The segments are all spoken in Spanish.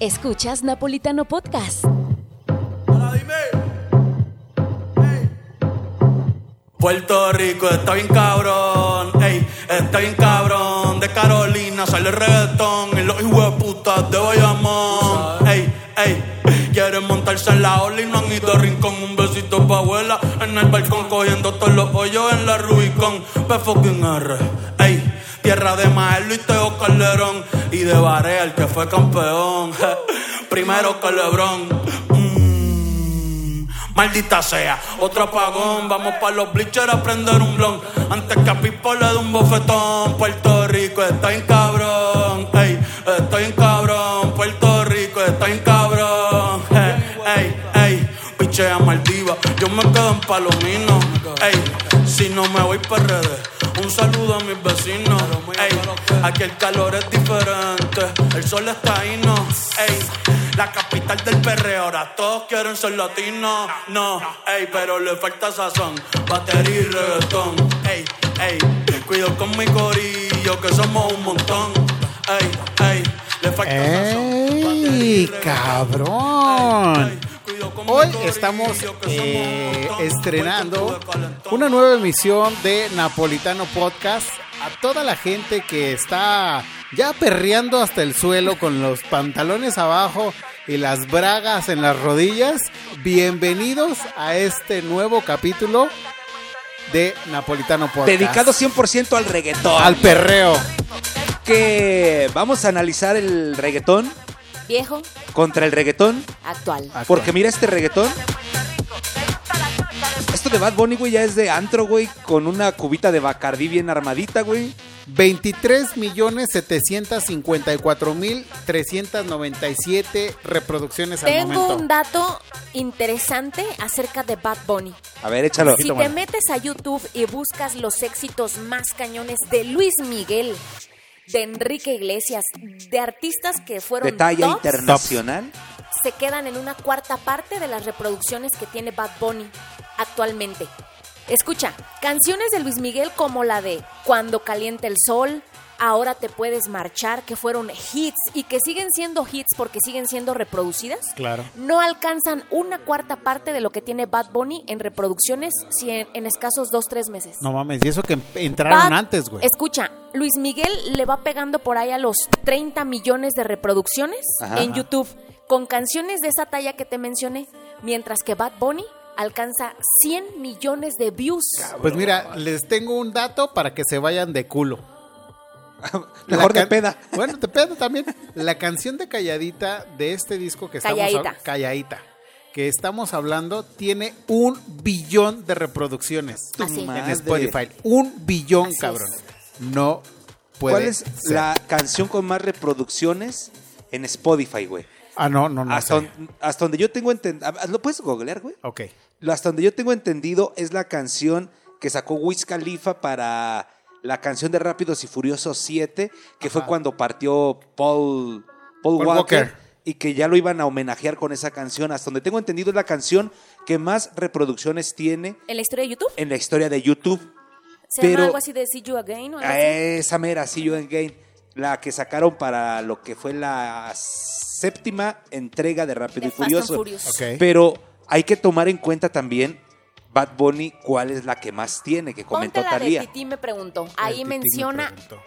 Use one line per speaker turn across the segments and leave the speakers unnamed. Escuchas Napolitano Podcast.
Puerto Rico está bien cabrón, ey, está bien cabrón. De Carolina sale el reggaetón y los hijos de puta de Bayamón, ey, ey. Quieren montarse en la ola y no han ido a rincón. Un besito pa' abuela en el balcón, cogiendo todos los hoyos en la Rubicon. P fucking R, ey. Tierra de Maelo y Teo Calderón y de Barea, el que fue campeón. Primero que Mm. Lebrón. Maldita sea, otro apagón. Vamos para los bleachers a prender un blon. Antes que a Pipo le dé un bofetón. Puerto Rico está en cabrón. Ey, estoy en cabrón. Puerto Rico está en cabrón. Ey, ey, ey. Pichea Maldiva, yo me quedo en Palomino. Ey, si no me voy para redes. Un saludo a mis vecinos. Ey, aquí el calor es diferente. El sol está ahí, no. Ey, la capital del perreo. Ahora todos quieren ser latinos. No, ey, pero le falta sazón. Batería y reggaetón. Ey, ey, cuido con mi corillo que somos un montón. Ey, ey, le falta sazón. batería y
¡Ey,
reggaetón.
cabrón! Hoy estamos eh, estrenando una nueva emisión de Napolitano Podcast. A toda la gente que está ya perreando hasta el suelo con los pantalones abajo y las bragas en las rodillas, bienvenidos a este nuevo capítulo de Napolitano Podcast.
Dedicado 100% al reggaetón.
al perreo.
Que vamos a analizar el reggaetón
Viejo,
contra el reggaetón.
Ah,
actual.
Porque mira este reggaetón. Esto de Bad Bunny, güey, ya es de antro, güey. Con una cubita de Bacardí bien armadita, güey.
23 millones 754 mil 397 reproducciones al
Tengo
momento.
un dato interesante acerca de Bad Bunny.
A ver, échalo.
Si te metes a YouTube y buscas los éxitos más cañones de Luis Miguel, de Enrique Iglesias, de artistas que fueron
De talla
tops,
internacional.
se quedan en una cuarta parte de las reproducciones que tiene Bad Bunny actualmente. Escucha, canciones de Luis Miguel como la de Cuando calienta el sol, Ahora te puedes marchar, que fueron hits y que siguen siendo hits porque siguen siendo reproducidas.
Claro.
No alcanzan una cuarta parte de lo que tiene Bad Bunny en reproducciones si en, en escasos dos, tres meses.
No mames, y eso que em-, entraron
Bad-
antes, güey.
Escucha, Luis Miguel le va pegando por ahí a los 30 millones de reproducciones
Ajá.
en YouTube con canciones de esa talla que te mencioné, mientras que Bad Bunny alcanza 100 millones de views.
Pues mira, les tengo un dato para que se vayan de culo. La
Mejor de
can-
peda.
Bueno, de peda también. La canción de Calladita de este disco que estamos
Calladita.
hab- Calladita, que estamos hablando tiene un billón de reproducciones
Tu
Así. En
en
madre.
Spotify. Un billón,
Así es.
cabrón. No puede
¿Cuál es
ser.
la canción con más reproducciones en Spotify, güey?
Ah, no, no, no. sé.
Hasta, don- hasta donde yo tengo entendido. ¿Lo puedes googlear, güey?
Ok.
Lo- Hasta donde yo tengo entendido es la canción que sacó Wiz Khalifa para la canción de Rápidos y Furiosos 7, que fue cuando partió Paul, Paul,
Paul
Walker,
Walker.
y que ya lo iban a homenajear con esa canción. Hasta donde tengo entendido es la canción que más reproducciones tiene
En la historia de YouTube
en la historia de YouTube.
se
pero- Ah, eh,
llama algo así de See You Again o algo
A
así.
Esa mera, See You Again, la que sacaron para lo que fue la séptima entrega de Rápido
De
y
Fast and
Furioso.
Furious.
Ok.
Pero hay que tomar en cuenta también Bad Bunny, cuál es la que más tiene, que comentó
Ponte la de
Talía.
Titi me preguntó. Ahí
El Titi me
menciona
preguntó.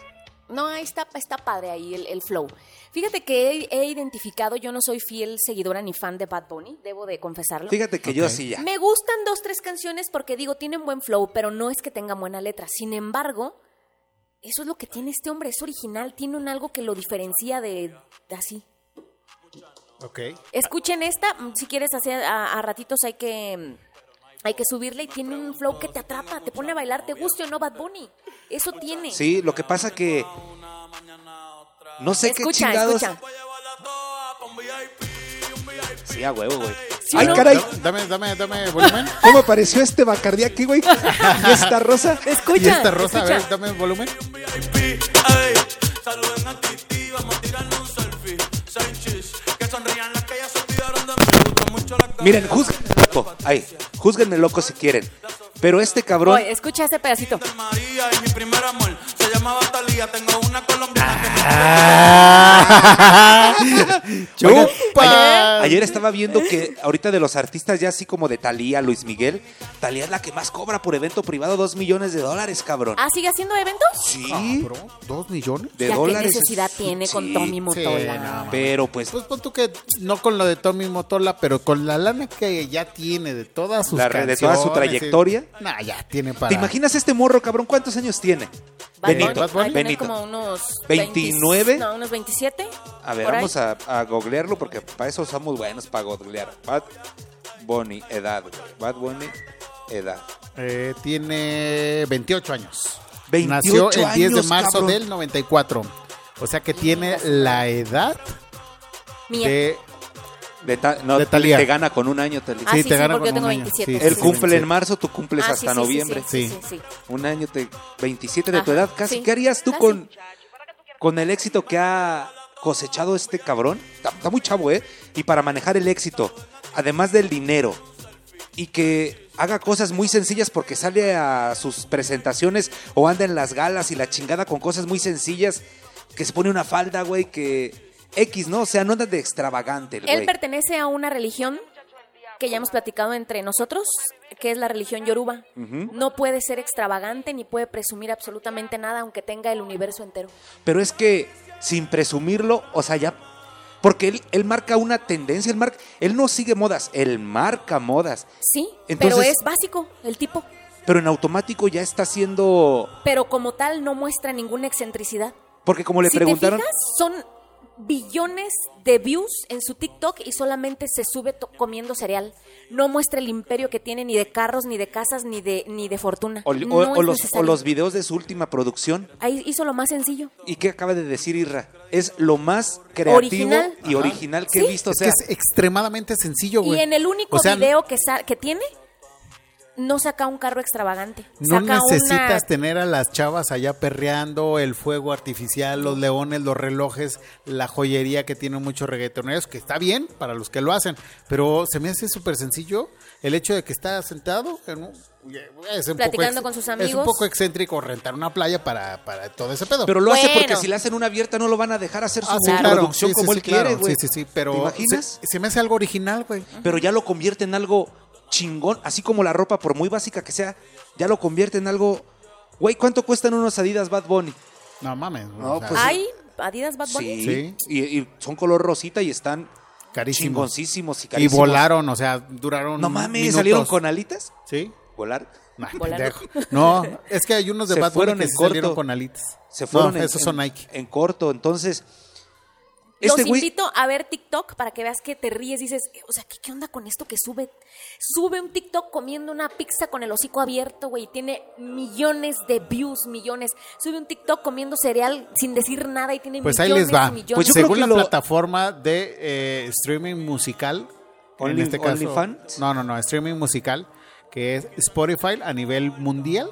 No, ahí está, está padre ahí el, el flow. Fíjate que he, he identificado, yo no soy fiel seguidora ni fan de Bad Bunny, debo de confesarlo.
Fíjate que yo sí ya.
Me gustan dos, tres canciones porque digo, tienen buen flow, pero no es que tengan buena letra. Sin embargo, eso es lo que tiene este hombre, es original, tiene un algo que lo diferencia de, de así.
Ok.
Escuchen esta, mm, si quieres hacer a, a ratitos hay que mm, hay que subirla y tiene un flow que te atrapa, te pone a bailar, te guste o no Bad Bunny. Eso tiene.
Sí, lo que pasa que no sé qué
Escucha,
chingados.
escucha.
Sí, a huevo, güey.
Sí,
Ay,
¿no?
caray.
Dame, dame, dame volumen.
¿Cómo apareció este Bacardí aquí, güey? ¿Y esta rosa?
Escucha.
y esta rosa, a
escucha.
ver, dame volumen.
VIP, ey. Saluden a Titi, vamos a tirarle un selfie. Seis chis, que sonrían las que ya se olvidaron de mí. Me gustan mucho las
Miren,
galletas.
juzguenme loco. Ahí, júzguenme loco si quieren. Pero este cabrón
Oye, escucha este pedacito.
Del María y mi primer amor. Se llamaba Talía, tengo una colombiana que me-
Ah. Oigan,
¡Chupa!
ayer, ayer estaba viendo que ahorita de los artistas ya así como de Talía, Luis Miguel, Talía es la que más cobra por evento privado, dos millones de dólares, cabrón.
Ah, ¿sigue haciendo eventos?
sí,
Cabrón, Ah, ¿Dos millones?
de
Ya, ¿Qué
dólares.
necesidad tiene
Sí,
con Tommy Motola?
no, mames.
Pero pues
Pues pon tú que no con lo de Tommy Motola, pero con la lana que ya tiene de todas sus
La red de toda su
canciones,
trayectoria.
sí. Nah, ya tiene para.
¿Te imaginas este morro, cabrón? ¿Cuántos años tiene?
Bad
Benito,
Bunny,
Bad Bunny.
ha de tener
Benito.
como unos
29.
20, no, unos 27.
A ver,
por ahí.
vamos a, a googlearlo porque para eso somos buenos, para googlear. Bad Bunny, edad, güey. Bad Bunny, edad.
Eh, tiene 28 años.
28
Nació el 10 de
años,
marzo
cabrón.
del 94. O sea que tiene la edad
Mía.
de.
De ta- no,
De Thalía.
Te gana con un año, Talía.
Ah, sí,
te
sí,
gana
porque yo
con
tengo
un año.
27.
Sí,
sí,
Él
sí.
cumple
sí.
en marzo, tú cumples
Ah, sí,
hasta
sí, sí,
noviembre.
Sí,
Sí.
sí, sí.
Un año, te, 27 de tu
Ajá,
edad casi.
sí.
¿Qué harías tú
Casi.
con, con el éxito que ha cosechado este cabrón? Está, está muy chavo, ¿eh? Y para manejar el éxito, además del dinero, y que haga cosas muy sencillas porque sale a sus presentaciones o anda en las galas y la chingada con cosas muy sencillas, que se pone una falda, güey, que... X, ¿no? O sea, no anda de extravagante, el
Él
güey.
pertenece a una religión que ya hemos platicado entre nosotros, que es la religión yoruba. No puede ser extravagante ni puede presumir absolutamente nada, aunque tenga el universo entero.
Pero es que sin presumirlo, o sea, ya. Porque él, él marca una tendencia, él, marca, él no sigue modas, él marca modas.
Sí, pero
Entonces-
es básico el tipo.
Pero en automático ya está haciendo.
Pero como tal no muestra ninguna excentricidad.
Porque como le
si
preguntaron.
te fijas, son billones de views en su TikTok y solamente se sube to- comiendo cereal. No muestra el imperio que tiene ni de carros, ni de casas, ni de, ni de fortuna.
O, o-
No
o
es
los, o
necesario.
los videos de su última producción.
Ahí hizo lo más sencillo.
¿Y qué acaba de decir Irra? Es lo más creativo
Original.
y original que
Sí.
he visto. O
Es
sea,
que es extremadamente sencillo, güey.
Y en el único
O sea,
video que, sa- que tiene, no saca un carro extravagante.
No
saca una...
necesitas tener a las chavas allá perreando, el fuego artificial, los leones, los relojes, la joyería que tienen muchos reggaetoneros, que está bien para los que lo hacen, pero se me hace súper sencillo el hecho de que está sentado en un- es un poco
Platicando
ex-
con sus
Es
amigos.
un poco excéntrico rentar una playa para, para todo ese pedo.
pero lo hace porque
Bueno.
si le hacen una abierta no lo van a dejar hacer su
Ah, sí, claro,
producción
sí, sí,
como
sí,
él quiere,
claro,
güey.
Sí, sí, sí, pero
¿Te imaginas?
Se, se me hace algo original, güey.
pero ya lo convierte en algo chingón, así como la ropa, por muy básica que sea, ya lo convierte en algo. Güey, ¿cuánto cuestan unos Adidas Bad Bunny?
No mames.
No,
o sea,
pues-
Hay Adidas Bad Bunny.
Sí.
Sí.
Y, y son color rosita y están
Carísimos.
chingoncísimos y
y
carísimos.
volaron, o sea, duraron
No mames,
minutos.
salieron con alitas.
Sí.
Volar.
Nah,
Volando.
pendejo. No, es que hay unos de
Se
Bad Bunny
fueron
que
en
sí salieron
corto.
con alitas.
Se fueron
No,
en,
esos son
en-
Nike.
en corto. Entonces,
Los
este güey.
invito a ver TikTok para que veas que te ríes. Dices, o sea, ¿qué, qué onda con esto que sube? Sube un TikTok comiendo una pizza con el hocico abierto, güey. y Tiene millones de views, millones. Sube un TikTok comiendo cereal sin decir nada y tiene
Pues ahí
millones
les va.
y millones.
Pues yo creo
Según
que
la
lo-
plataforma de eh, streaming musical,
Only-
en este caso,
OnlyFans?
no, no, no, streaming musical, que es Spotify a nivel mundial.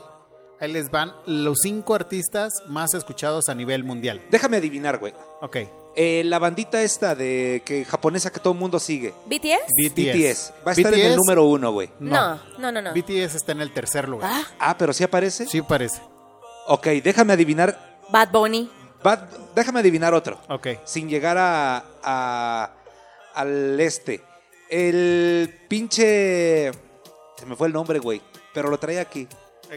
Ahí les van los cinco artistas más escuchados a nivel mundial.
Déjame adivinar, güey.
Ok.
Eh, la bandita esta de que japonesa que todo el mundo sigue.
¿BTS?
BTS. Va a estar en el
BTS,
número uno, güey.
No, no, no, no.
BTS está en el tercer lugar.
Ah,
Ah, pero sí aparece.
Sí parece.
Ok, déjame adivinar.
Bad Bunny.
Bad- déjame adivinar otro.
Ok.
sin llegar a, a- al este. El pinche se me fue el nombre, güey, pero lo trae aquí.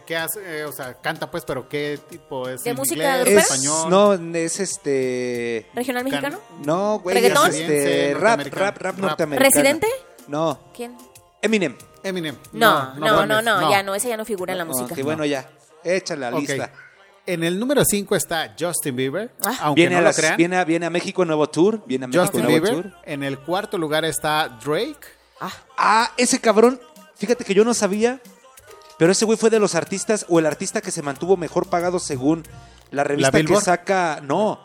¿Qué hace? Eh, o sea, canta pues, pero ¿qué tipo es?
¿De
¿En
música
inglés,
grupera?
Es,
español?
no, es este
¿Regional
Can-
mexicano?
no, güey, es
¿Reggaetón?
este rap,
Norteamericano.
rap, rap
Rap.
norteamericano.
¿Residente?
No,
¿Quién?
Eminem.
Eminem.
No, no, no, no,
mames,
ya no, esa ya no figura en la
No,
música.
que bueno ya, échala la
Ok.
lista.
En el número 5 está Justin Bieber,
Ah.
aunque
Viene
no
a,
lo
las-
crean.
viene, a, viene a México nuevo tour, viene a México
Justin
nuevo
Bieber.
tour.
En el cuarto lugar está Drake.
Ah, ese cabrón, fíjate que yo no sabía, pero ese güey fue de los artistas o el artista que se mantuvo mejor pagado según la revista que
Billboard?
saca, no,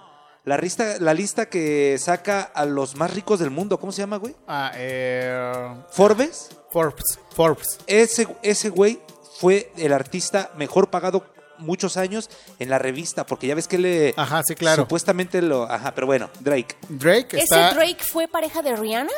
la lista, la lista que saca a los más ricos del mundo, ¿cómo se llama, güey?
Ah, eh,
Forbes.
Forbes. Forbes.
Ese ese güey fue el artista mejor pagado muchos años en la revista, porque ya ves que le
Ajá, sí, claro.
supuestamente lo, ajá, pero bueno, Drake.
Drake está.
¿Ese Drake fue pareja de Rihanna?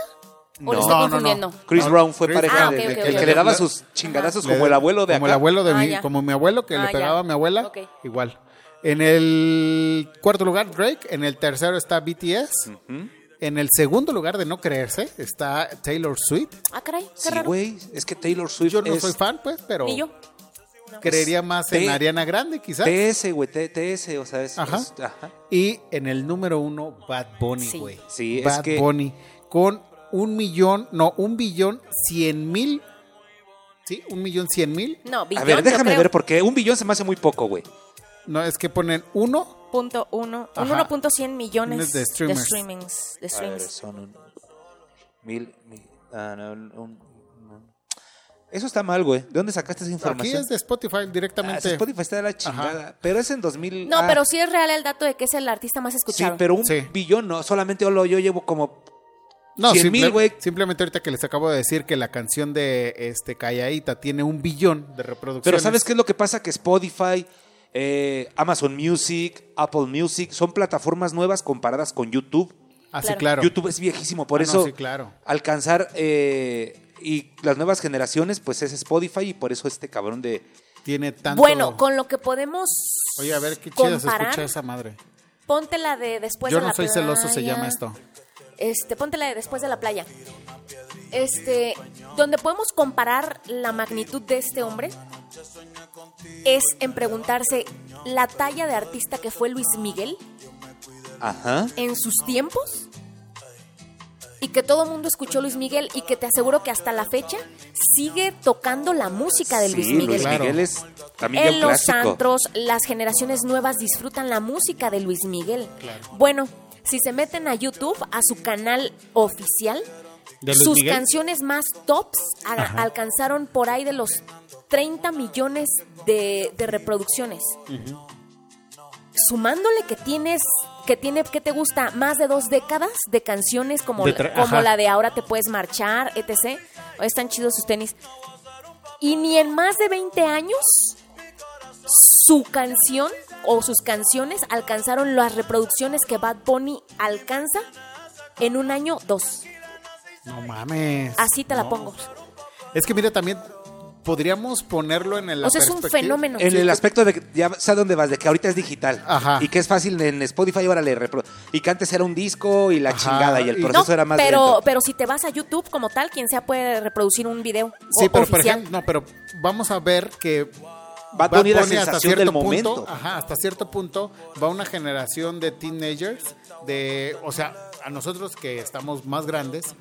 ¿O
No.
lo estoy
No, no, no.
confundiendo?
Chris
No,
Brown fue
Chris-
pareja
Ah,
de
ok, ok,
el
ok,
que
ok.
le daba sus chingadazos como el abuelo de
Como el
acá.
abuelo de
Ah,
mi,
ya.
como mi abuelo que
Ah,
le
ya.
pegaba a mi abuela,
Ok.
igual. En el cuarto lugar, Drake. En el tercero está BTS. En el segundo lugar, de no creerse, está Taylor Swift.
Ah, caray, qué
Sí,
raro.
güey. Es que Taylor Swift
Yo no
es
soy fan, pues, pero
Ni yo.
creería más
T-
en Ariana Grande, quizás.
TS, güey. T- TS, o sea, es.
Ajá.
es- ajá.
Y en el número uno, Bad Bunny,
Sí.
güey.
Sí, es
Bad
que-
Bunny. Con un millón, no, un billón cien mil. Sí, un millón cien mil.
No,
A
billón,
ver,
yo
déjame
creo.
ver, porque un billón se me hace muy poco, güey.
No, es que ponen uno.
Punto uno, un
Ajá.
1.100 millones
Millones de
de
streamers.
streamings. De
A ver,
streams.
son un. Mil. mil- ah, no, un- un- Eso está mal, güey. ¿De dónde sacaste
Aquí
esa información?
es de Spotify
Ah,
directamente.
Spotify está de la chingada. Pero es en 2000.
No,
ah,
pero sí es real el dato de que es el artista más
Sí,
escuchado.
pero un
Sí.
billón no. Solamente yo lo- yo llevo como.
No,
100
simple-
mil, güey.
simplemente ahorita que les acabo de decir que la canción de este Callaita tiene un billón de reproducciones.
Pero ¿sabes qué es lo que pasa? Que Spotify, eh, Amazon Music, Apple Music son plataformas nuevas comparadas con YouTube.
Así
Claro.
claro.
YouTube es viejísimo, por
Ah, no,
eso
sí, claro.
alcanzar eh, y las nuevas generaciones, pues es Spotify y por eso este cabrón de...
Tiene tanto.
Bueno, con lo que podemos
Oye, a ver qué chida se
comparar,
escucha esa madre.
ponte la de después
Yo
de la
no soy
playa.
celoso, se llama esto.
Este, ponte la de después de la playa. Este, donde podemos comparar la magnitud de este hombre es en preguntarse la talla de artista que fue Luis Miguel
Ajá.
en sus tiempos y que todo el mundo escuchó Luis Miguel y que te aseguro que hasta la fecha sigue tocando la música de
sí,
Luis Miguel.
Claro.
es también ya
En
un
los
clásico.
antros, las generaciones nuevas disfrutan la música de Luis Miguel. Bueno, si se meten a YouTube, a su canal oficial,
¿De Luis
sus
Miguel?
canciones más tops a- alcanzaron por ahí de los 30 millones de, de reproducciones. Sumándole que tienes que tiene que te gusta más de dos décadas de canciones como,
De
la-
tra-
como
ajá.
la de Ahora te puedes marchar, etc. Están chidos sus tenis. Y ni en más de 20 años su canción o sus canciones alcanzaron las reproducciones que Bad Bunny alcanza en un año dos.
No mames.
Así te la
No.
pongo.
Es que mira, también podríamos ponerlo en el.
O sea, es un fenómeno.
En el aspecto de que ya sé dónde vas, de que ahorita es digital.
Ajá.
Y que es fácil en Spotify, órale, repro- y que antes era un disco y la
Ajá.
chingada y el
Y-
proceso
no,
era más
pero,
lento.
pero si te vas a YouTube como tal, quien sea puede reproducir un video
Sí,
o-
pero por
oficial.
ejemplo, no, pero vamos a ver que
Bad Bunny era sensación del
punto,
momento.
Ajá, hasta cierto punto va una generación de teenagers, de, o sea, a nosotros que estamos más grandes,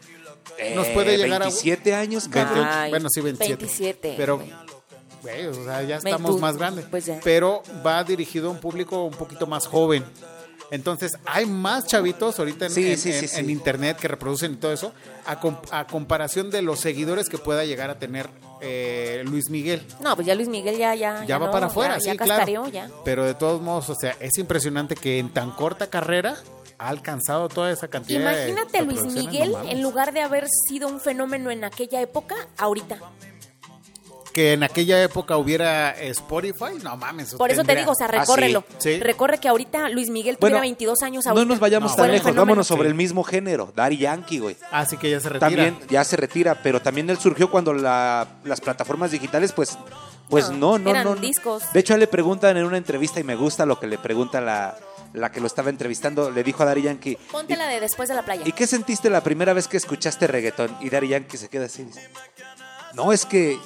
nos
Eh,
puede llegar a-
27 años, cabrón.
28,
Ay,
bueno, sí, 27.
27,
pero,
güey.
güey, o sea, ya
Ven
estamos
tú,
más grandes.
pues ya.
Pero va dirigido a un público un poquito más joven. Entonces, hay más chavitos ahorita en,
Sí,
en-
sí, sí,
en-
sí.
en internet que reproducen y todo eso, a, com- a comparación de los seguidores que pueda llegar a tener eh, Luis Miguel
No, pues ya Luis Miguel ya ya
ya va
no,
para afuera,
ya-
sí,
ya
claro.
castareó, ya.
Pero de todos modos, o sea, es impresionante que en tan corta carrera ha alcanzado toda esa cantidad de
Imagínate a Luis
reproducciones,
Miguel
no mames.
en lugar de haber sido un fenómeno en aquella época, ahorita.
Pues que en aquella época hubiera Spotify, no mames.
Por eso te
tendría-
digo, o sea,
Ah,
recórrelo.
sí. Sí.
Recorre que ahorita Luis Miguel
Bueno,
tuviera 22 años ahorita.
No nos vayamos
No,
tan
bueno,
lejos,
fenómeno.
vámonos sobre el mismo género, Daddy Yankee, güey.
Así Ah, que ya se retira.
También ya se retira, pero también él surgió cuando la- las plataformas digitales, pues, pues
No,
no, no,
eran
no.
discos.
De hecho, a él le preguntan en una entrevista y me gusta lo que le pregunta la, la que lo estaba entrevistando, le dijo a Daddy Yankee.
Ponte la de después de la playa.
¿Y qué sentiste la primera vez que escuchaste reggaetón? Y Daddy Yankee se queda así. dice, no, es que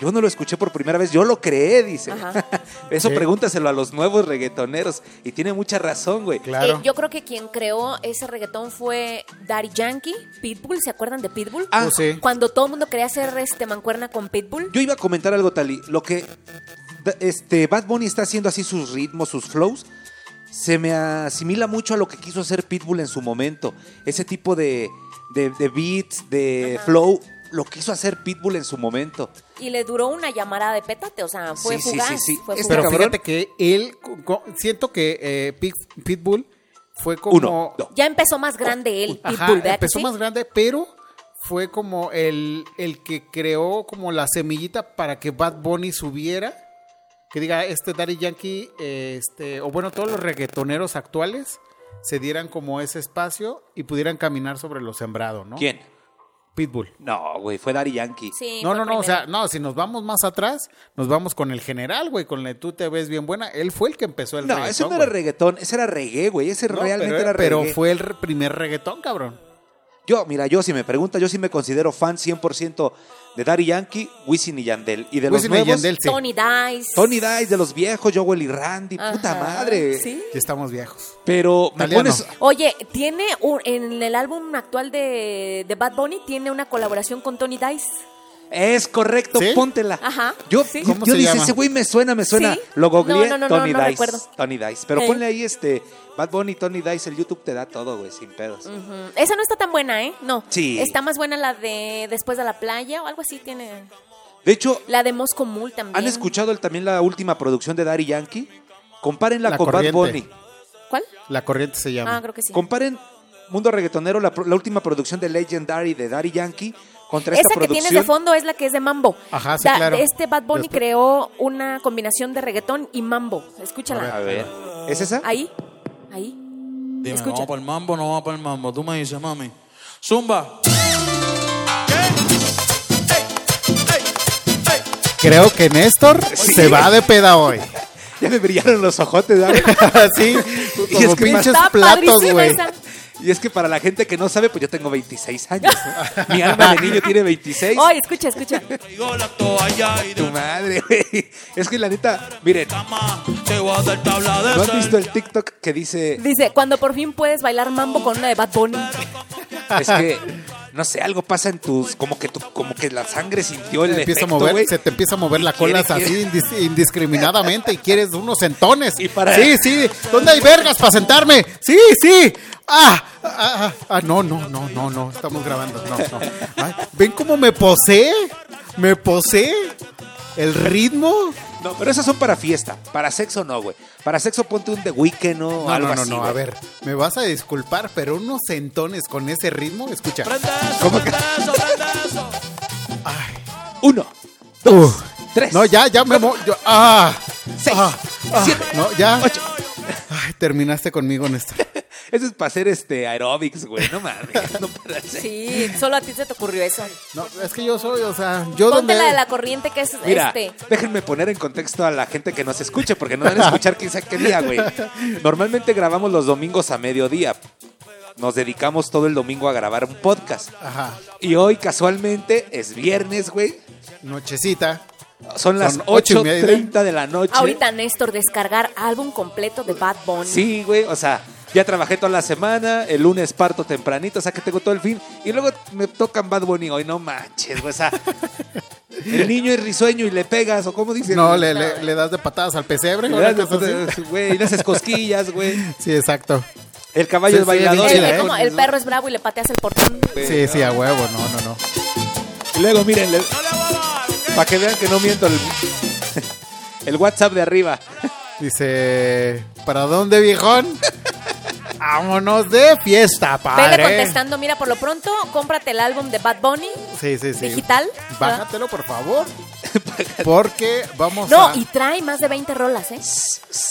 yo no lo escuché por primera vez, yo lo creé, dice.
Ajá.
Eso
Sí.
pregúntaselo a los nuevos reggaetoneros. Y tiene mucha razón, güey.
Claro.
Eh, yo creo que quien creó ese reggaetón fue Daddy Yankee, Pitbull, ¿se acuerdan de Pitbull?
Ah,
Oh, sí.
Cuando todo el mundo quería hacer este mancuerna con Pitbull.
Yo iba a comentar algo, Tali. Lo que da- este Bad Bunny está haciendo así sus ritmos, sus flows, se me asimila mucho a lo que quiso hacer Pitbull en su momento. Ese tipo de, de- de beats, de flow, lo quiso hacer Pitbull en su momento.
Y le duró una llamarada de pétate, o sea, fue
Sí, sí,
fugaz.
sí, sí.
fue
Es-
fugaz.
Pero
este cabrón.
fíjate que él, co- co- siento que eh, Pit- Pitbull fue como...
Uno, dos.
Ya empezó más grande él,
Ajá,
Pitbull, ¿verdad que
empezó
sí?
más grande, pero fue como el, el que creó como la semillita para que Bad Bunny subiera. Que diga, este Daddy Yankee, eh, este, o bueno, todos los reggaetoneros actuales se dieran como ese espacio y pudieran caminar sobre lo sembrado, ¿no?
¿Quién?
Pitbull.
No, güey, fue Daddy Yankee.
Sí,
no,
fue
no, no, o
primero.
sea, no, si nos vamos más atrás, nos vamos con el general, güey, con el tú te ves bien buena. Él fue el que empezó el
No,
reggaetón.
ese no era
güey.
reggaetón, ese era reggae, güey. Ese
No,
realmente
pero,
era
pero
reggae.
fue el re- primer reggaetón, cabrón.
Yo, mira, yo si me pregunta, yo sí me considero fan 100% de Daddy Yankee, Wisin y Yandel. Y de
Wisin y
los nuevos,
Yandel, sí.
Tony Dice.
Tony Dice, de los viejos, Joel y Randy, puta
Ajá,
madre.
Sí.
Ya estamos viejos.
Pero me
Italiano.
pones...
Oye, tiene un- en el álbum actual de, de Bad Bunny tiene una colaboración con Tony Dice.
Es correcto,
¿Sí?
póntela.
Ajá,
Yo,
sí.
yo,
¿Cómo
yo
se
dije,
llama?
ese güey me suena, me suena.
¿Sí?
Lo googleé,
No, no, no,
Tony
no, no
Dice.
recuerdo.
Tony Dice. Pero
Ey.
ponle ahí este Bad Bunny, Tony Dice, el YouTube te da todo, güey, sin pedos.
Ujú. Esa no está tan buena, ¿eh? No.
Sí.
Está más buena la de Después de la playa o algo así tiene.
De hecho,
La de Moscow Mule también.
¿han escuchado el- también la última producción de Daddy Yankee? Compárenla
La
con
corriente.
Bad Bunny.
¿Cuál?
La corriente se llama.
Ah, creo que sí.
Comparen Mundo Reggaetonero, la, pro- la última producción de Legendary de Daddy Yankee contra
Esa
esta
que
producción.
tienes de fondo es la que es de Mambo.
Ajá, sí, claro.
Este Bad Bunny
Después-
creó una combinación de reggaetón y mambo. Escúchala.
A ver, ¿es esa?
Ahí, ahí.
Dime,
Escucha.
¿vamos para el mambo o no vamos para el mambo? Tú me dices, mami. Zumba.
Creo que Néstor se va de peda hoy.
Ya me brillaron los ojotes, Daddy.
sí,
Y
como
es que-
pinches
Está
platos,
padrísima
güey.
esa.
Y es que para la gente que no sabe, pues yo tengo 26 años. ¿no? Mi alma de niño tiene 26.
Ay, escucha, escucha.
Traigo la toalla y
Tu
de
madre, güey. Es que la neta, miren,
cama te voy a dar tabla de
¿no has
sal.
visto el TikTok que dice,
Dice, cuando por fin puedes bailar mambo con una de Bad Bunny.
es que, no sé, algo pasa en tus, como que tu, como que la sangre sintió el
Empieza
efecto,
a mover,
Pues güey.
se te empieza a mover la
quiere-
cola así indis- indiscriminadamente y quieres unos sentones.
Y para-
Sí, sí. ¿Dónde hay vergas para sentarme? Sí, sí. Ah, ah, ah, ah, no, no, no, no, no. Estamos grabando. No, no. Ay, ¿Ven cómo me posee? Me posee. El ritmo.
No, pero esas son para fiesta. Para sexo no, güey. Para sexo ponte un The Weeknd o
No,
algo
no, no,
así.
no.
güey.
A ver, me vas a disculpar, pero unos sentones con ese ritmo, escucha.
Prende eso,
¿Cómo
prende eso, prende eso.
Uno,
Uf.
tres.
No, ya, ya me mo- yo- ah,
Seis,
ah, ah,
siete,
no, ya.
ocho.
Ay, terminaste conmigo, Néstor.
Eso es para hacer este aeróbics, güey. No mames. No para hacer-
Sí, solo a ti se te ocurrió eso.
No, es que yo soy, o sea, yo
Ponte
donde.
la de la corriente que es
Mira,
este.
déjenme poner en contexto a la gente que nos escuche, porque no van a escuchar quién sabe qué día, güey. Normalmente grabamos los domingos a mediodía. Nos dedicamos todo el domingo a grabar un podcast.
Ajá.
Y hoy, casualmente, es viernes, güey.
Nochecita.
Son las
Son ocho y media.
8.30 de la noche.
Ahorita Néstor descargar álbum completo de Bad Bunny.
Sí, güey, o sea, ya trabajé toda la semana, el lunes parto tempranito, o sea que tengo todo el fin, y luego me tocan Bad Bunny hoy, no manches, güey, o sea, el niño es risueño y le pegas, o cómo dicen.
No, le, le, le das de patadas al pesebre.
Le
¿no?
das de
Una cosa así.
puta- güey, le haces cosquillas, güey.
Sí, exacto.
El caballo
Sí,
es
sí, bien
bailador.
El,
chida,
el-
¿eh?
como el perro es bravo y le pateas el portón.
güey.
Sí, sí, a huevo. No, no, no.
Y luego, miren,
No le voy a dar, ¿ok?
para que vean que no miento, el, el WhatsApp de arriba.
Dice, ¿para dónde, viejón? Vámonos de fiesta, padre.
Vele contestando, mira, por lo pronto, cómprate el álbum de Bad Bunny.
Sí, sí, sí.
Digital.
Bájatelo, por favor. Porque vamos
No,
a.
y trae más de 20 rolas, ¿eh?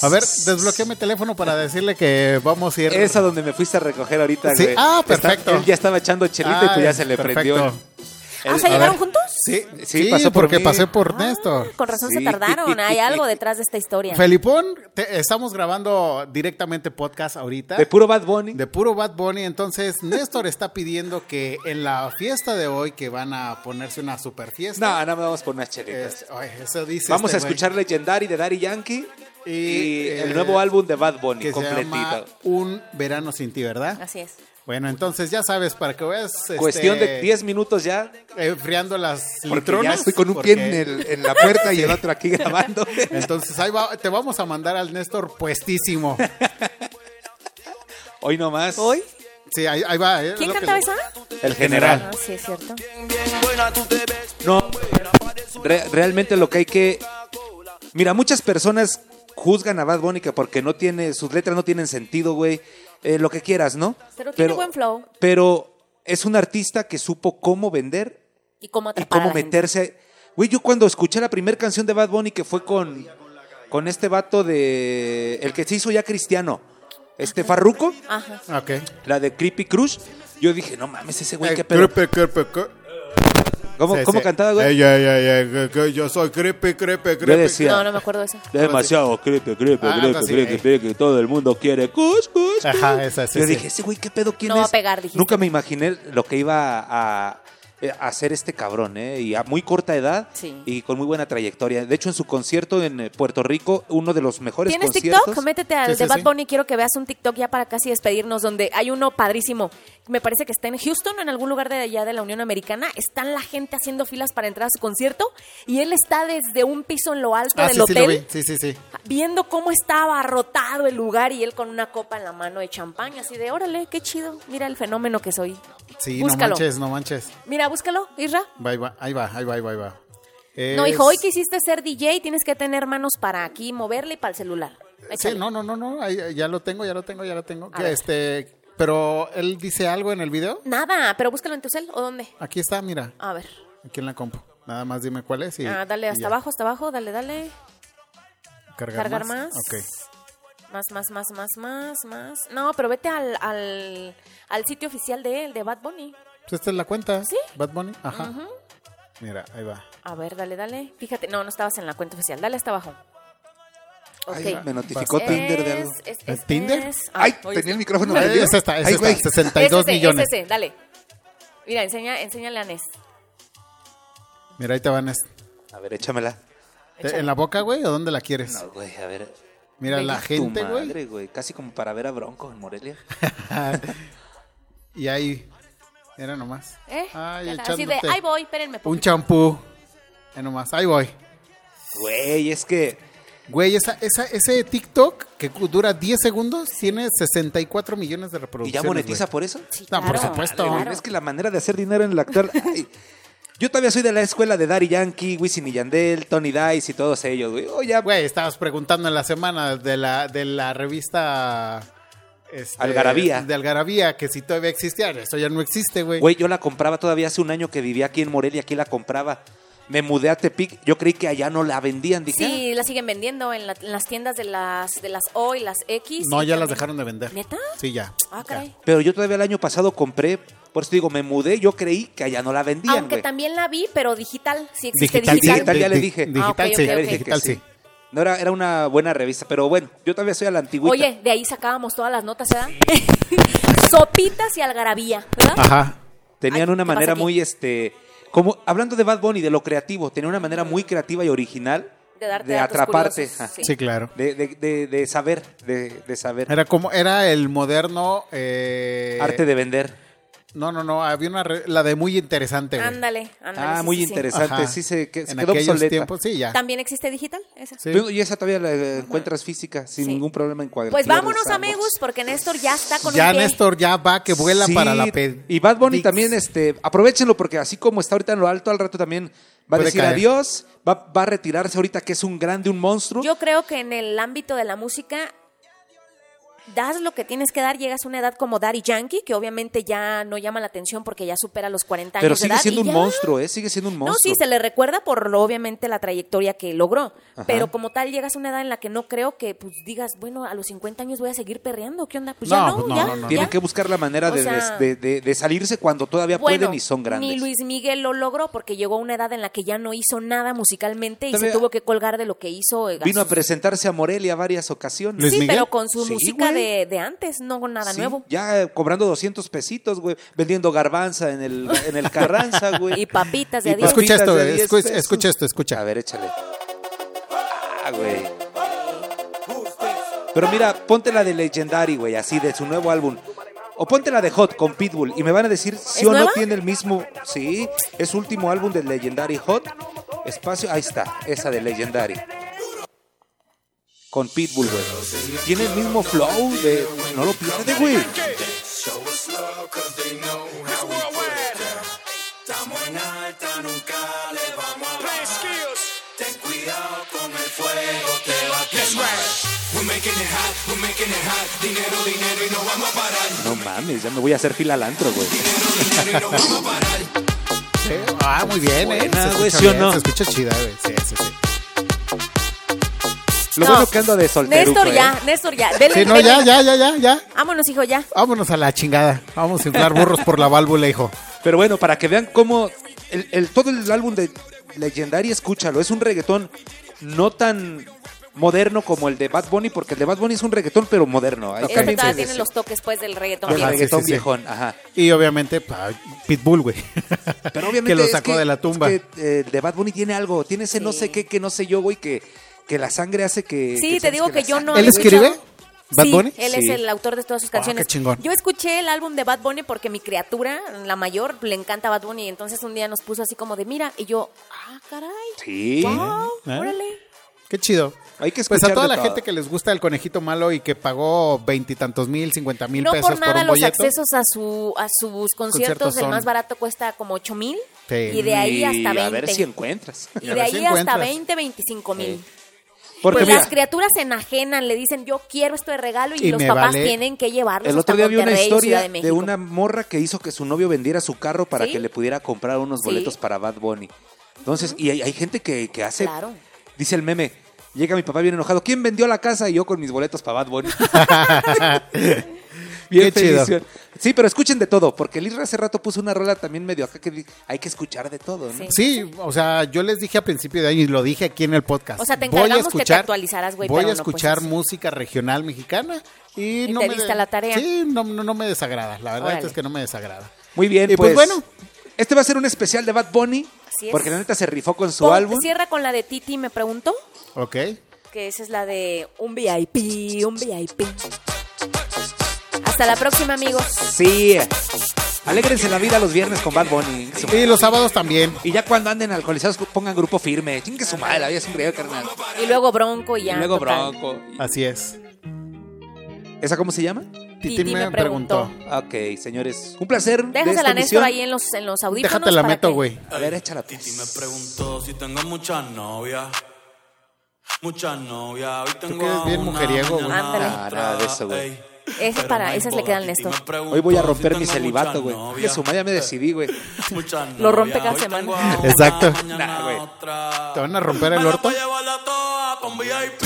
A ver, desbloqueé mi teléfono para decirle que vamos a ir.
Es a donde me fuiste a recoger ahorita,
Sí,
güey.
ah,
Está-
perfecto.
él ya estaba echando chelita y pues ya
Ay,
se le
perfecto.
prendió.
Ah,
El-
¿se
a
llevaron
ver.
juntos?
Sí, sí,
Sí, pasó por
porque
mí.
pasé por
Ah,
Néstor.
con razón se
Sí.
tardaron. Hay algo detrás de esta historia.
Felipón, te- estamos grabando directamente podcast ahorita.
De puro Bad Bunny.
De puro Bad Bunny, entonces Néstor está pidiendo que en la fiesta de hoy que van a ponerse una super
No,
fiesta.
nada más vamos por unas chelitas.
eso dice
Vamos a
este güey,
escuchar Legendary de Daddy Yankee y,
Y,
el
eh,
nuevo álbum de Bad Bunny
que se
completito.
llama este Un verano sin ti, ¿verdad?
Así es.
Bueno, entonces ya sabes para que veas este,
Cuestión de 10 minutos ya,
enfriando las
porque ya
litronas,
estoy con un
porque-
pie en, el- en la puerta y el otro aquí grabando.
Entonces ahí va- te vamos a mandar al Néstor puestísimo.
Hoy nomás.
¿Hoy?
Sí, ahí, ahí va. eh,
¿Quién
lo que
cantaba
le-
esa?
El general.
Ah, sí, es cierto.
No, re- realmente lo que hay que... Mira, muchas personas juzgan a Bad Bunny que porque no tiene, sus letras no tienen sentido, güey. eh, lo que quieras, ¿no?
Pero tiene buen flow.
Pero es un artista que supo cómo vender
¿Y cómo
y
atrapar a
cómo
la gente.
meterse. Güey, yo cuando escuché la primera canción de Bad Bunny que fue con, con este vato de. El que se hizo ya cristiano, este Farruco,
Ajá.
Ok.
la de Creepy Crush, yo dije, no mames, ese güey,
Eh,
qué pedo.
crepe, crepe, cre-
¿Cómo,
Sí,
cómo
sí.
cantaba, güey?
Ey, ey, ey, ey, que- que yo soy creepy, creepy, creepy.
Yo decía,
No, no me acuerdo de eso.
Demasiado creepy, creepy,
Ah,
creepy,
algo así,
creepy,
eh.
creepy. Todo el mundo quiere cus, cus.
Ajá, esa sí.
Yo
sí.
dije, ese güey, ¿qué pedo quién
No va
es?
a pegar, dijiste.
Nunca me imaginé lo que iba a, eh, a hacer este cabrón, ¿eh? Y a muy corta edad
Sí.
y con muy buena trayectoria. De hecho, en su concierto en eh, Puerto Rico, uno de los mejores
¿Tienes
conciertos.
TikTok? Métete al
Sí,
de
sí,
Bad
sí.
Bunny. Quiero que veas un TikTok ya para casi despedirnos, donde hay uno padrísimo. Me parece que está en Houston, en algún lugar de allá de la Unión Americana. Están la gente haciendo filas para entrar a su concierto y él está desde un piso en lo alto
Ah,
del
sí, sí, lo vi.
hotel.
Sí, sí, sí.
Viendo cómo estaba abarrotado el lugar y él con una copa en la mano de champán, así de, órale, qué chido, mira el fenómeno que soy.
Sí,
Búscalo.
no manches, no manches.
Mira, búscalo, Isra.
Va, ahí va, ahí va, ahí va, ahí va, ahí va.
No,
Es-
hijo, hoy quisiste ser DJ, tienes que tener manos para aquí moverle y para el celular.
Sí,
Échale.
no, no, no, no, ahí- ya lo tengo, ya lo tengo, ya lo tengo.
A
Que,
ver.
este, pero él dice algo en el video.
Nada, pero búscalo en tu cel o dónde.
Aquí está, mira,
A ver.
aquí en la compu. Nada más dime cuál es y
Ah, dale
y
hasta
ya.
abajo, hasta abajo, dale, dale.
Cargar,
Cargar
más.
más.
Ok.
Más, más, más, más, más, más. No, pero vete al, al, al sitio oficial de él, de Bad Bunny.
Pues esta es la cuenta.
¿Sí?
Bad Bunny. Ajá. Mira, ahí va.
A ver, dale, dale. Fíjate, no, no estabas en la cuenta oficial. Dale hasta abajo. Ok.
Ay, me notificó
Es-
Tinder de algo.
es- eh,
¿El
es-
Tinder?
es- ah,
Ay,
oye,
tenía el micrófono
Ahí
prendido.
es esta, es
Ay,
esta,
güey.
62
es ese,
millones.
es ese, dale. Mira, enseña, enséñale a Nes.
Mira, ahí te van. es-
A ver, échamela.
te- ¿En la boca, güey? ¿O dónde la quieres?
No, güey, a ver.
Mira, la
Tu
gente, güey.
madre, güey. Casi como para ver a Bronco en Morelia.
Y ahí. Era nomás.
¿Eh?
Ay,
Ya está, así de,
echándote
ahí voy, espérenme.
Un
poquito".
champú. Ahí nomás. Ahí voy.
Güey, es que.
Güey, esa, esa, ese TikTok que cu- dura 10 segundos tiene 64 millones de
¿Y
reproducciones.
ya monetiza
güey.
por eso?
Sí,
No, por
claro,
supuesto.
Güey,
claro.
Es que la manera de hacer dinero en la actual. Ay, yo todavía soy de la escuela de Daddy Yankee, Wisin y Yandel, Tony Dice y todos ellos, güey. Oh, ya,
Güey, estabas preguntando en la semana de la, de la revista. este,
Algarabía.
De Algarabía, que si todavía existía. Eso ya no existe, güey.
Güey, yo la compraba todavía hace un año que vivía aquí en Morelia, aquí la compraba. Me mudé a Tepic, yo creí que allá no la vendían, dije.
Sí, la siguen vendiendo en, la- en las tiendas de las de las O y las X.
No,
Y
ya las
también-
dejaron de vender.
¿Neta?
Sí, ya.
Ah,
Ya.
caray.
"Ah". Pero yo todavía el año pasado compré, por eso te digo, me mudé, yo creí que allá no la vendían,
Aunque
güey.
también la vi, pero digital. Sí existe
Digital,
digital.
Sí, digital
Di-
ya le
di-
dije.
digital,
Ah, ok,
sí,
ok, ok.
le dije que
digital, sí.
No, era, era una buena revista, pero bueno, yo todavía soy a la antigüita.
Oye, de ahí sacábamos todas las notas, ¿verdad? Sopitas y algarabía, ¿verdad?
Ajá.
Tenían
Ay,
una
¿qué pasa
manera
aquí?
muy, este, como, hablando de Bad Bunny, de lo creativo, tenía una manera muy creativa y original
De darte datos
atraparte,
curiosos,
ajá.
Sí.
Sí, claro.
de, de- de- de saber, de, de saber,
Era como, era el moderno. eh,
arte de vender.
No, no, no. Había una. re- La de muy interesante, güey.
Ándale, ándale.
Ah,
sí,
muy
sí, sí.
interesante,
Ajá.
sí se, que- se
en
quedó
aquellos
obsoleta.
tiempos, sí, ya.
¿También existe digital? Esa.
Sí.
Tú- Pues, Y esa todavía la encuentras física, sin
Sí.
ningún problema en cualquier
Pues vámonos,
Starbucks.
amigos, porque Néstor ya está con
Ya
un pie.
Néstor ya va, que vuela
Sí,
para la pe-
Y Bad Bunny
Dix.
también, este, aprovechenlo, porque así como está ahorita en lo alto, al rato también va a
Puede
decir
caer.
adiós, va, va a retirarse ahorita que es un grande, un monstruo.
Yo creo que en el ámbito de la música das lo que tienes que dar, llegas a una edad como Daddy Yankee, que obviamente ya no llama la atención porque ya supera los 40
pero
años de
sigue
edad y
siendo un
ya.
monstruo, ¿eh? Sigue siendo un monstruo.
No, sí, se le recuerda por lo- obviamente la trayectoria que logró, pero como tal llegas a una edad en la que no creo que pues digas, bueno, a los 50 años voy a seguir perreando, ¿qué onda? Pues ya
No,
no,
pues no,
ya,
no, no, no.
Tienen
ya.
que buscar la manera
O
de,
sea-
de- de- de salirse cuando todavía
Bueno,
pueden y son grandes.
ni Luis Miguel lo logró porque llegó a una edad en la que ya no hizo nada musicalmente y
Todavía-
se tuvo que colgar de lo que hizo. eh,
Vino a
sus-
presentarse a Morelia varias ocasiones.
Luis
sí,
Miguel.
pero con su
Sí,
música
güey.
de, de antes, no con nada
Sí,
nuevo.
Ya eh, cobrando 200 pesitos, güey. Vendiendo garbanza en el, en el Carranza, güey.
Y papitas de
Y
a diez.
Escucha esto,
papitas de
güey,
10
escucha,
pesos.
escucha esto, escucha.
A ver, échale. Ah, güey. Pero mira, ponte la de Legendary, güey, así de su nuevo álbum. O ponte la de Hot con Pitbull y me van a decir si
¿Es
o no
nueva?
tiene el mismo. Sí, es su último álbum de Legendary Hot. Espacio, ahí está, esa de Legendary. Con Pitbull, güey. Tiene el mismo flow de. No lo pierde, güey. No mames, ya me voy a hacer fila al antro, güey.
Sí. Ah, muy bien, eh.
Buena,
Se
güey,
escucha,
¿sí o
bien,
no?
se escucha chida, güey. Sí, sí, sí.
Lo
No.
bueno que anda de ¿eh? soltero.
Néstor ya, Néstor ya. Dele,
Sí, no,
dele.
ya, ya, ya, ya, ya.
Vámonos, hijo, ya.
Vámonos a la chingada. Vamos a inflar burros por la válvula, hijo.
Pero bueno, para que vean cómo el, el- todo el álbum de Legendary, escúchalo. Es un reggaetón no tan moderno como el de Bad Bunny, porque el de Bad Bunny es un reggaetón, pero moderno. Ahí
Esta
también
Este todavía
se-
tiene
se-
los toques pues del reggaetón.
del
Ajá,
viejo.
sí,
reggaetón
sí, sí.
viejón, ajá.
Y obviamente, pa, Pitbull, güey.
Pero obviamente
Que lo
es
sacó de la tumba.
es que, eh, el de Bad Bunny tiene algo, tiene ese no
Sí.
sé qué, que no sé yo, güey, que, que la sangre hace que...
Sí, te
sabes
digo que
la
yo
sangre-
no.
¿Él
he
escribe?
escuchado-
¿Bad
Sí,
Bunny? Ah,
Él
Sí.
es el autor de todas sus
qué
canciones.
chingón.
Yo escuché el álbum de Bad Bunny porque mi criatura, la mayor, le encanta Bad Bunny. Entonces un día nos puso así como de mira. Y yo, ah, caray.
Sí.
Wow,
¿Eh?
órale.
Qué chido.
Hay que
Pues a
escuchar
toda
de
la
todo.
gente que les gusta el conejito malo y que pagó veintitantos mil, cincuenta mil
No
pesos
por
por,
nada
un
los
boleto.
accesos a su a sus conciertos, el
son-
más barato cuesta como 8 mil.
Sí.
Y de ahí
Y
hasta 20.
A ver si encuentras.
Y
A
de
ver si
ahí hasta
encuentras.
20, 25 mil.
Porque
Pues
mira,
las criaturas se enajenan, le dicen yo quiero esto de regalo y,
Y
los
me
papás
vale.
tienen que llevarlos
el
hasta
otro día vi una
Monterrey, Ciudad
historia
de,
de,
México.
una morra que hizo que su novio vendiera su carro para
Sí.
que le pudiera comprar unos
Sí.
boletos para Bad Bunny. Entonces, y hay, hay gente que, que hace...
Claro.
Dice el meme, llega mi papá bien enojado, ¿quién vendió la casa? Y yo con mis boletos para Bad Bunny.
Qué
bien feliz.
chido.
Sí, pero escuchen de todo, porque el Isra hace rato puso una rola también medio acá que di- hay que escuchar de todo, ¿no?
Sí.
Sí, o sea, yo les dije a principio de año y lo dije aquí en el podcast.
O sea, te
Voy a
encargamos que te
escuchar-
actualizaras, güey,
Voy
pero
a
no, pues,
escuchar
así.
música regional mexicana y,
Y
no
te
me
diste a la tarea.
Sí, no, no, no me desagrada. La verdad
Órale.
es que no me desagrada.
Muy bien,
Y pues,
pues,
bueno.
Este va a ser un especial de Bad Bunny,
Así es.
porque la neta se rifó con su
Pon-
álbum.
Cierra con la de Titi, me pregunto,
Ok.
que esa es la de un VIP, un VIP. Hasta la próxima, amigos.
Sí. Alégrense la vida los viernes con Bad Bunny. Su-
Y los sábados también.
Y ya cuando anden alcoholizados pongan grupo firme. Chingue su madre, la vida es un río, carnal.
Y luego Bronco y
Y
ya.
luego
total.
bronco.
Así es.
¿Esa cómo se llama?
Titi me preguntó.
Ok, señores. Un placer. de
Déjasela
esta
a Néstor
emisión.
ahí en los, en los audífonos.
Déjate la
para
meto,
que-
güey.
A ver, échala.
Titi
pues.
me preguntó si tengo muchas novias. Muchas novias. Hoy tengo
que eres
a
bien
una,
mujeriego, güey.
mañana a
Ándale.
Ah, nada de eso, güey.
ey.
Esa es
Pero
para-
no
esas le
importa,
quedan
Titi
Néstor.
me preguntó
Hoy voy a
si
romper
tengo
mi celibato,
muchas
güey.
novias.
Chingue su madre, ya me decidí, güey.
Muchas novias.
Lo rompe cada
Hoy tengo
semana.
a una,
Exacto.
mañana
Nah, güey.
otra. pues,
Te van a romper el
Me la
orto.
voy a llevar la toa pa' un VIP,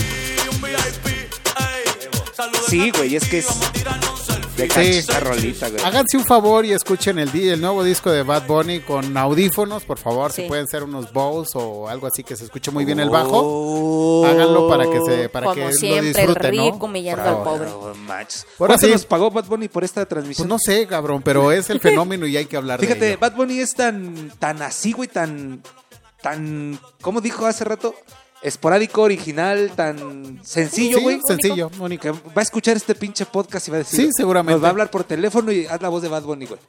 un VIP, ey. Saluden
Sí,
a
güey, es
Titi,
que es-
vamos a tirarnos un selfie.
De
Sí.
esta rolita, güey.
Háganse un favor y escuchen el, di- el nuevo disco de Bad Bunny con audífonos, por favor, si
Sí.
pueden ser unos bows o algo así que se escuche muy bien el bajo.
Oh,
Háganlo para que se para
Como
que
siempre,
lo
el
disfruten, ¿no?
rico humillando al
Por favor.
pobre.
Oh, mach.
Ahora
¿Cuánto
sí.
nos pagó Bad Bunny por esta
Pues
transmisión?
no sé, cabrón, pero es el fenómeno y hay que hablar de
Fíjate,
ello.
Bad Bunny es tan, tan así, güey, tan, tan, ¿cómo dijo hace rato? Esporádico, original, tan sencillo,
Sí,
güey.
sencillo,
Que
único.
va a escuchar este pinche podcast y va a decir.
Sí, seguramente.
Nos va a hablar por teléfono y haz la voz de Bad Bunny, güey.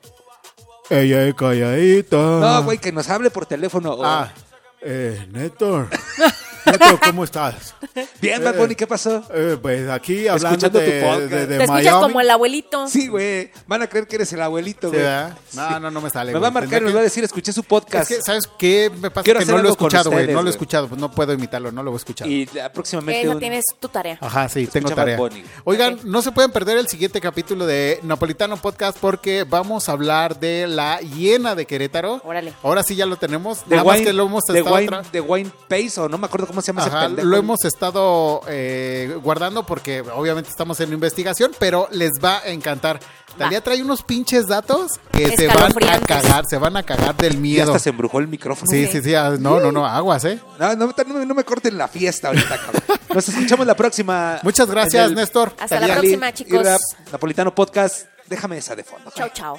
Ella es calladita.
No, güey, que nos hable por teléfono. o-
Ah, eh, Néstor. Néstor, ¿cómo estás?
Bien, Bad Bunny, ¿qué pasó?
Eh, pues aquí hablando
Escuchando tu
de,
podcast.
de, de
Te
Te escuchas
Miami.
como el abuelito.
Sí, güey. Van a creer que eres el abuelito,
Sí,
güey.
¿verdad? No, no, no me sale.
Me va
güey.
a marcar y
Tendré
nos
que-
va a decir, escuché su podcast.
Es que, ¿sabes qué? Me pasa
este Quiero
que
hacer
no lo he
algo con
escuchado, güey. No
ustedes,
lo he
güey.
escuchado. pues No puedo imitarlo, no lo voy a escuchar.
y próximamente.
Esa
un-
tienes tu tarea.
Ajá, sí, tengo
Escucha Bad
tarea.
Bunny.
Oigan,
Ok.
no se pueden perder el siguiente capítulo de Napolitano Podcast porque vamos a hablar de la hiena de Querétaro.
Órale.
Ahora sí ya lo tenemos.
The
Nada más
Wine,
que lo hemos
The
estado
Wine,
tra-
The Wine Pace, o no me acuerdo cómo se llama
Ajá,
ese pendejo.
lo hemos estado eh, guardando porque obviamente estamos en investigación, pero les va a encantar. Talía trae unos pinches datos que se van a
Escalofriantes.
cagar, se van a cagar del
Y
miedo.
hasta se embrujó el micrófono.
Sí, sí, sí, ah, no, no, no, aguas, ¿eh?
No, no, no me- no me corten la fiesta ahorita, cabrón. Nos escuchamos la próxima.
Muchas gracias,
En el-
Néstor.
Hasta la
Talía Lee,
próxima, chicos.
Irra, Napolitano Podcast. Déjame esa de fondo.
Chao, chao.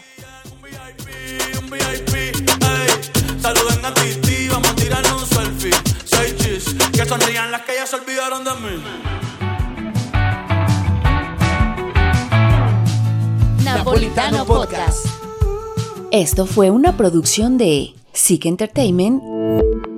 un VIP, ey. Saluden a Titi, vamos a tirarnos un selfie. Seis chis, que sonrían las que ya se olvidaron de mí.
Napolitano Podcast. Esto fue una producción de SIC Entertainment